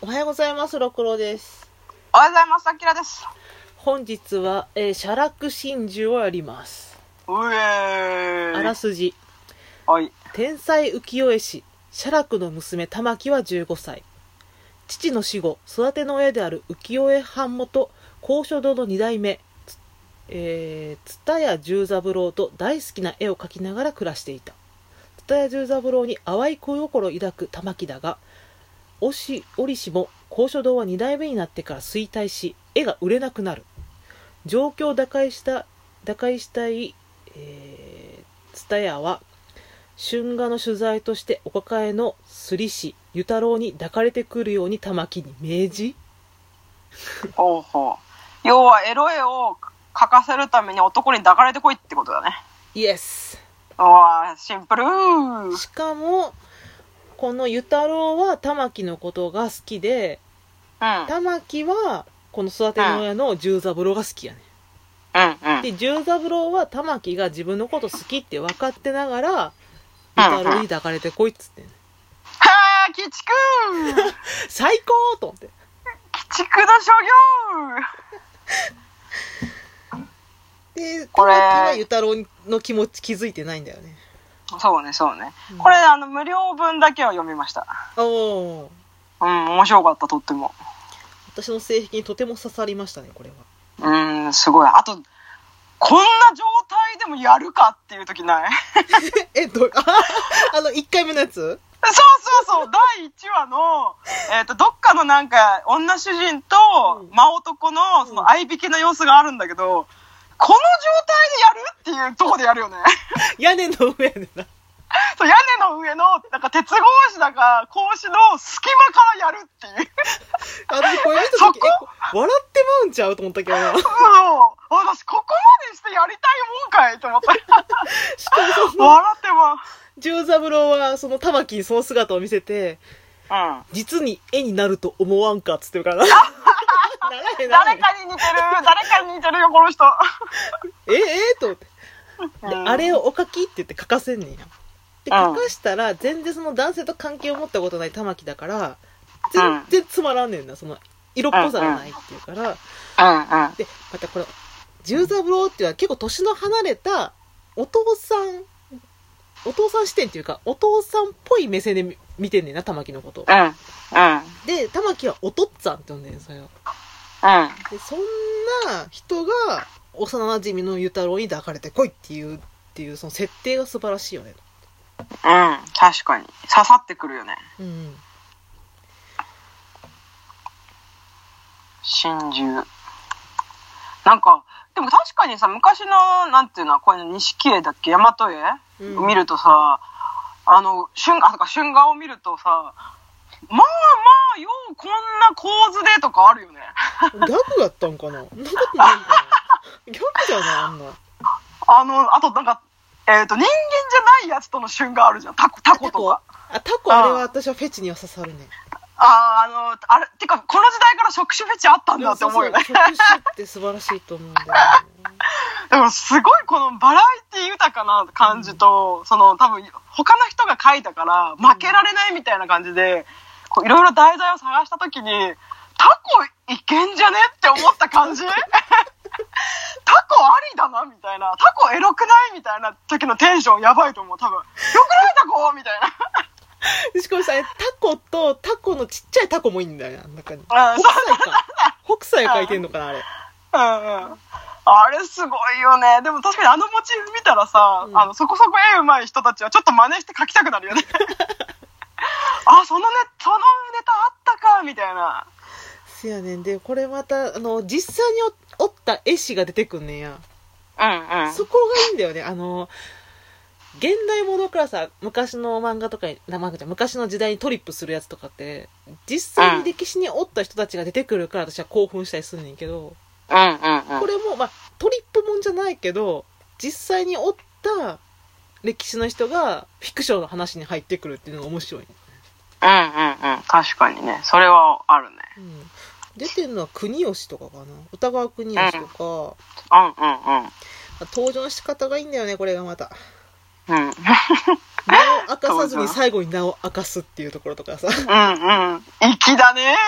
おはようございます、六郎です。おはようございます、あきらです。本日は、えー、写楽真珠をやります。うえあーらい。すじ。はい。天才浮世絵師、写楽の娘玉木は15歳。父の死後、育ての親である浮世絵版元、高所堂の二代目、つえー、蔦屋十三郎と大好きな絵を描きながら暮らしていた。蔦屋十三郎に淡い恋心を抱く玉木だが、折し折しも高所堂は二代目になってから衰退し、絵が売れなくなる。状況を打開した、打開したい、えー、蔦屋は春画の取材としてお抱えのすり師湯太郎に抱かれてくるように玉木に命じほうほう。要は、エロ絵を描かせるために男に抱かれてこいってことだね。イエスうわー、シンプルー。しかもこの湯太郎は玉木のことが好きでうん。玉木はこの育ての親の十三郎が好きやねうん、うん。で十三郎は玉木が自分のこと好きって分かってながら湯太郎に抱かれてこいっつってんねはー、鬼畜ー最高と思って鬼畜の所でこ玉れ木は湯太郎の気持ち気づいてないんだよね業そうね、そうね。これ、あの、無料分だけは読みました。おおーうん、面白かった、とっても。私の性癖にとても刺さりましたねこれは うーん、すごい。あと、こんな状態でもやるかっていう時ないえどあ あの1回目のやつそうそうそう、第1話 の、えっ、と、どっかのなんか、女主人とうん真男の、その、相引きの様子があるんだけど、この状態でやるっていうとこでやるよね。 屋根の上で なそう、屋根の上の、なんか、鉄格子だか、格子の隙間からやるっていう。私これ見た時そこえこ笑ってまうんちゃうと思ったけど なしそう私、ここまでしてやりたいもんかいと思 った。かもその笑ってま十三郎はその玉木にその姿を見せてう。うん。実に絵になると思わんかっつってる からなならへんならへ誰んかに似てる誰かに似てるよ、この人。えええと思ってでうんあれをおかきって言って書かせんねんやで書かしたら全然その男性と関係を持ったことない玉木だから全然つまらんねんなその色っぽさがないっていうから、うんうん。でまたこの十三郎っていうのは結構年の離れたお父さんお父さん視点っていうかお父さんっぽい目線で見見てんねんな玉木のことをうん。うん。で玉木はおとっつぁんって呼んでんそれをうん。でそんな人が幼馴染みの湯太郎に抱かれてこいっていうっていうその設定が素晴らしいよねうん、確かに。刺さってくるよね。うん真珠。なんか、でも確かにさ、昔の、なんていうの、これ錦絵だっけ大和絵、うん見るとさ、あの、春画、あ、そうか、春画を見るとさ、まあまあ、ようこんな構図でとかあるよね。ギャグやったんかなそんなことないんかなギャグじゃないあんなあの、あとなんか、えっ、と、人間じゃないやつとの春画あるじゃん。タコ、タコとか。あタコあれは私はフェチには刺さるねああ、あの、あれ、てか、この時代から触手フェチあったんだって思うよね。そうそう触手って素晴らしいと思うんだよねでもすごいこのバラエティ豊かな感じと、その多分他の人が書いたから負けられないみたいな感じで、こういろいろ題材を探した時に、タコいけんじゃねって思った感じ タコありだなみたいな。タコエロくないみたいな時のテンションやばいと思う、多分。よくないタコみたいな。しかもさ、タコとタコのちっちゃいタコもいいんだよね、あの中に。あ北斎か。北斎描いてんのかな、あれ。うんうんあれすごいよね。でも確かにあのモチーフ見たらさ、うんあの、そこそこ絵うまい人たちはちょっと真似して描きたくなるよね。 あ、そのね、そのネタあったか、みたいな。せやねん。で、これまた、あの、実際におおった絵師が出てくんねんや。うんうん。そこがいいんだよね。あの、現代ものからさ、昔の漫画とかに、な漫画じゃん昔の時代にトリップするやつとかって、実際に歴史におった人たちが出てくるから私は興奮したりすんねんけど。うんうんこれも、まあ、トリップもんじゃないけど実際におった歴史の人がフィクションの話に入ってくるっていうのが面白い、うんうんうん。確かにね。それはあるね。うん、出てるのは国吉とかかな歌川国吉とか、うんうん登場の仕方がいいんだよねこれがまたうん。うん。 名を明かさずに最後に名を明かすっていうところとかさ うんうん。粋だね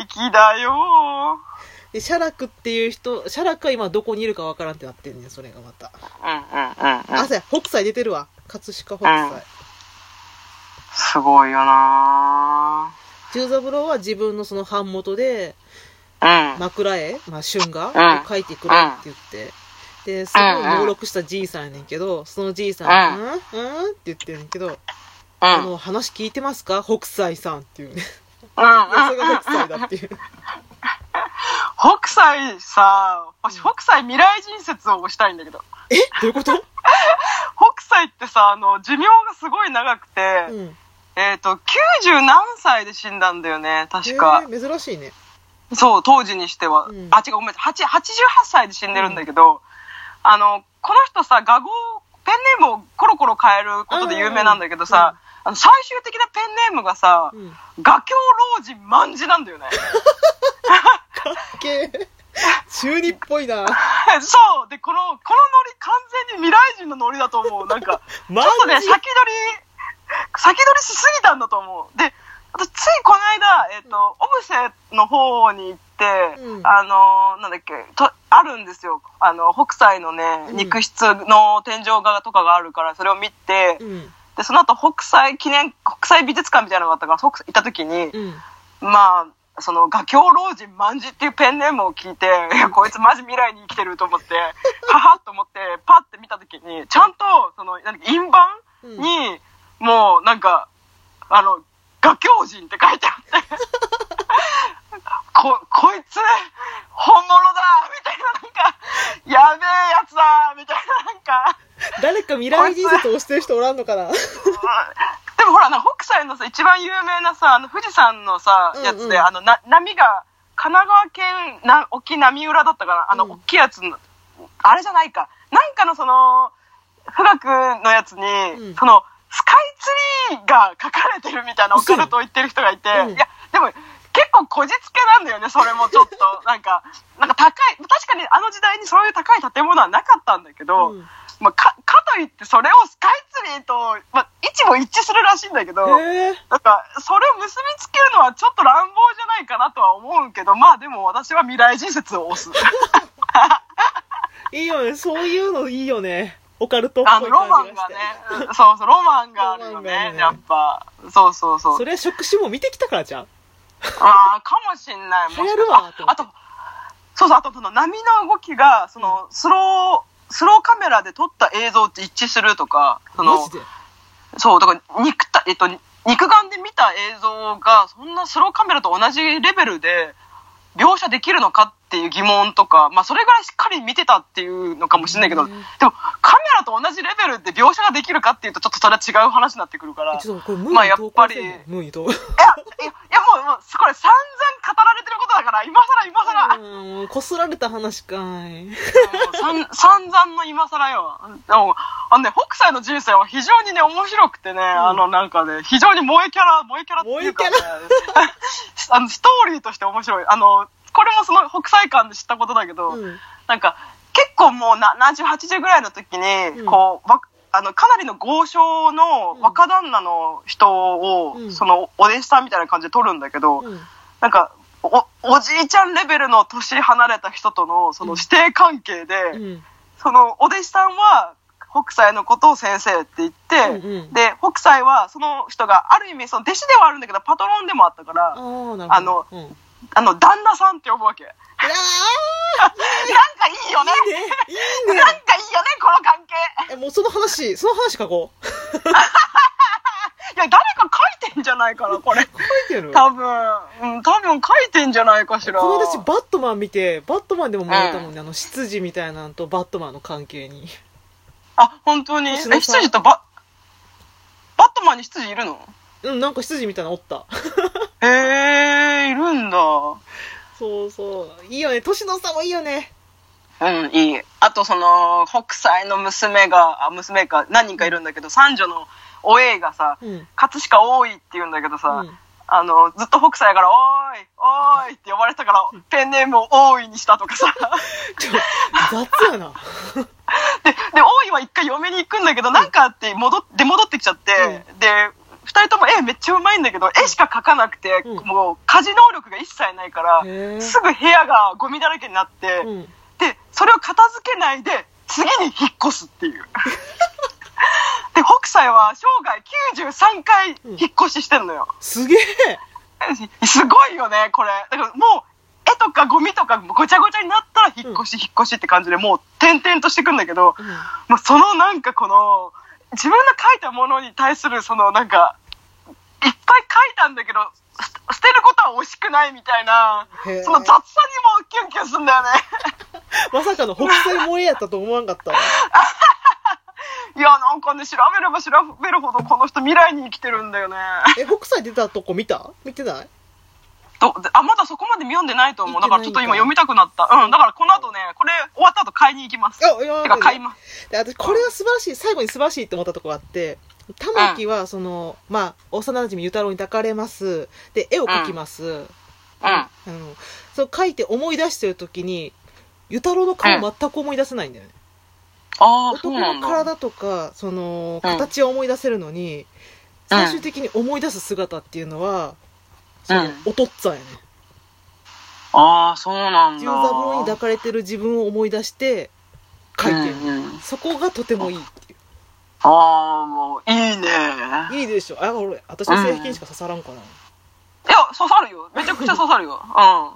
駅だよで写楽っていう人写楽は今どこにいるかわからんってなってんねんそれがまたうんうんうんうあんそうや北斎出てるわ葛飾北斎、うんすごいよな十三郎は自分のその版元でうん枕絵、まあ、春うん画を描いてくれって言って、ですごい登録したじいさんやねんけどそのじいさんが「うんうん?」って言ってるんやけど、あうんうんうんの「話聞いてますか北斎さん」っていうね それうんが北斎だっていう 北斎さ私北斎未来人説を推したいんだけどえどういうこと、北斎ってさあの寿命がすごい長くて、うん、えっ、と90何歳で死んだんだよね確か、えー珍しいねそう、当時にしては。うんあ、違う、ごめん、8 88歳で死んでるんだけど、あの、この人さ、画号、ペンネームをコロコロ変えることで有名なんだけどさ、あの最終的なペンネームがさ、うん画狂老人万字なんだ よね。け ー中二っぽいなそう、で、この、このノリ、完全に未来人のノリだと思う。なんか、マちょっとね、ジ先取り、 先取りしすぎたんだと思う。で、私、ついこの間、えっ、と、オブシェの方に行って、うんあのー、なんだっけ、と、あるんですよ。あの、北斎のねう、ん肉質の天井画とかがあるから、それを見て、うんで、その後、北斎記念、国際美術館みたいなのがあったから、北斎行った時に、うんまあ、その、画狂老人万字っていうペンネームを聞いて、 いや、こいつマジ未来に生きてると思って、 ははっと思って、パッて見た時に、ちゃんと、その、なんか、印版うんに、もう、なんか、あの、画狂人って書いてあって、こ、こいつ、本物だみたいな、なんか、やべえやつだみたいな、なんか、誰か未来人説を推してる人おらんのかなでもほら、なんか北斎のさ、一番有名なさ、あの富士山のさうんう、んやつで、あの、な、波が、神奈川県な、大きい波浦だったかなあの、うん大きいやつの、あれじゃないか。なんかのその、富岳のやつに、うんその、スカイツリーが書かれてるみたいなオカルトを言ってる人がいて、うんいや、でも、結構こじつけなんだよね、それもちょっと。なんか、なんか高い、確かにあの時代にそういう高い建物はなかったんだけど、うんまあ、かかといってそれをスカイツリーと、まあ、位置も一致するらしいんだけどなんへえかそれを結びつけるのはちょっと乱暴じゃないかなとは思うけどまあでも私は未来人説を推 すいいよねそういうのいいよねオカルトっあぽのいロマ感じンがしがてねうんそうそうロマンがあるよロマンがあるねねやっぱそうそうそうそれは職種も見てきたからじゃんああかもしんないもしかし流行るわと思ああってとそうそうあとその波の動きがそのスロースローカメラで撮った映像って一致するとかそのマジでそう、だから肉た、えっと、肉眼で見た映像が、そんなスローカメラと同じレベルで描写できるのかっていう疑問とか、まあ、それぐらいしっかり見てたっていうのかもしれないけうど、んでも、カメラと同じレベルで描写ができるかっていうと、ちょっとそれは違う話になってくるから。ちょっとこれムまあーやに投っ稿ぱりせんのムーに投稿いや、いや、いやもう、もう、これ散々語られてることだから、今更今更、うんもうこすられた話かいもう散散々の今更よ。でも、あのね、北斎の人生は非常にね、面白くてね、あの、なんかね、非常に萌えキャラ、萌えキャラっていうか、ね、 あの、ストーリーとして面白い。あの、これもその北斎館で知ったことだけど、うんなんか、結構もう70、80ぐらいの時に、うんこう、わあの、かなりの豪商の若旦那の人を、うんその、お弟子さんみたいな感じで取るんだけど、うんなんか、お、おじいちゃんレベルの年離れた人との、その師弟関係で、うんその、お弟子さんは、北斎のことを先生って言って、うんうんで、北斎は、その人が、ある意味、その弟子ではあるんだけど、パトロンでもあったから、ああなるほどあのうん、うわあの、旦那さんって呼ぶわけ。なんかいいよね。ーいいねいいねなんかいいよね、この関係。えもうその話その話書こう書いや、誰か書いてんじゃないかな、これ。いてるこ多分、うん、多分書いてんじゃないかしら。の私バットマン見てバットマンでも燃えたもんね、あの執事みたいなのとバットマンの関係にあ、本当に。え、星野さん羊とバ、バットマンに羊いるのうんなんか執事みたいなのおったへえ、いるんだ。そうそういいよね年の差もいいよねうん、いい。あと、その、北斎の娘が、あ、娘か、何人かいるんだけど、三女のおえいがさ、うん葛飾多いって言うんだけどさ、うんあの、ずっと北斎から、おーい、おーいって呼ばれてたから、ペンネームを大いにしたとかさ。ちょ雑やなで、で、大井は一回嫁に行くんだけど、なんかあって戻って、出戻ってきちゃって、で、二人とも絵めっちゃうまいんだけど、絵しか描かなくて、うんもう家事能力が一切ないから、へーすぐ部屋がゴミだらけになって、うんで、それを片付けないで、次に引っ越すっていう。で、北斎は生涯93回引っ越ししてんのよ。すげえすごいよね、これ。だからもう、絵とかゴミとかごちゃごちゃになったら引っ越し、引っ越しって感じでもう点々としてくんだけど、まあ、そのなんかこの、自分の書いたものに対するそのなんか、いっぱい書いたんだけど、す捨てることは惜しくないみたいなへー、その雑さにもキュンキュンすんだよね。まさかの北斎萌えやったと思わんか ったわ。いや、なんかね、調べれば調べるほどこの人未来に生きてるんだよね。え、北斎出たとこ見た見てない どであ、まだそこまで読んでないと思う。見だてなかいんだらちょっと今読みたくなった。うん、だからこの後ね、これ終わった後買いに行きます。あいやてか買います。で私これは素晴らしい最後に素晴らしいって思ったとこがあって玉木はその、まあ幼馴染ゆたろうに抱かれますで絵を描きます、うん。ああのそう描いて思い出してる時にゆたろうの顔全く思い出せないんだよね、あー、そう男なんのだ。体とかそのうん形を思い出せるのに、最終的に思い出す姿っていうのは、そのうんおとっつぁんやねああ、そうなんだ。十三郎に抱かれてる自分を思い出して描いてる、うんうんそこがとてもいいっていうああ、もう、いいね。いいいでしょあ俺私の性癖にしか刺さらんかな、や、刺さるよ。めちゃくちゃ刺さるよ。うん。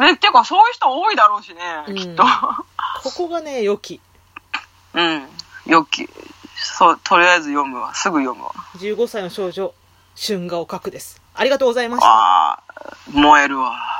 ね、てか、そういう人多いだろうしね、うんきっと。ここがね、良き。うん。よき。そう、とりあえず読むわ。すぐ読むわ。 15歳の少女、春画を描くです。ありがとうございました。ああ、燃えるわ。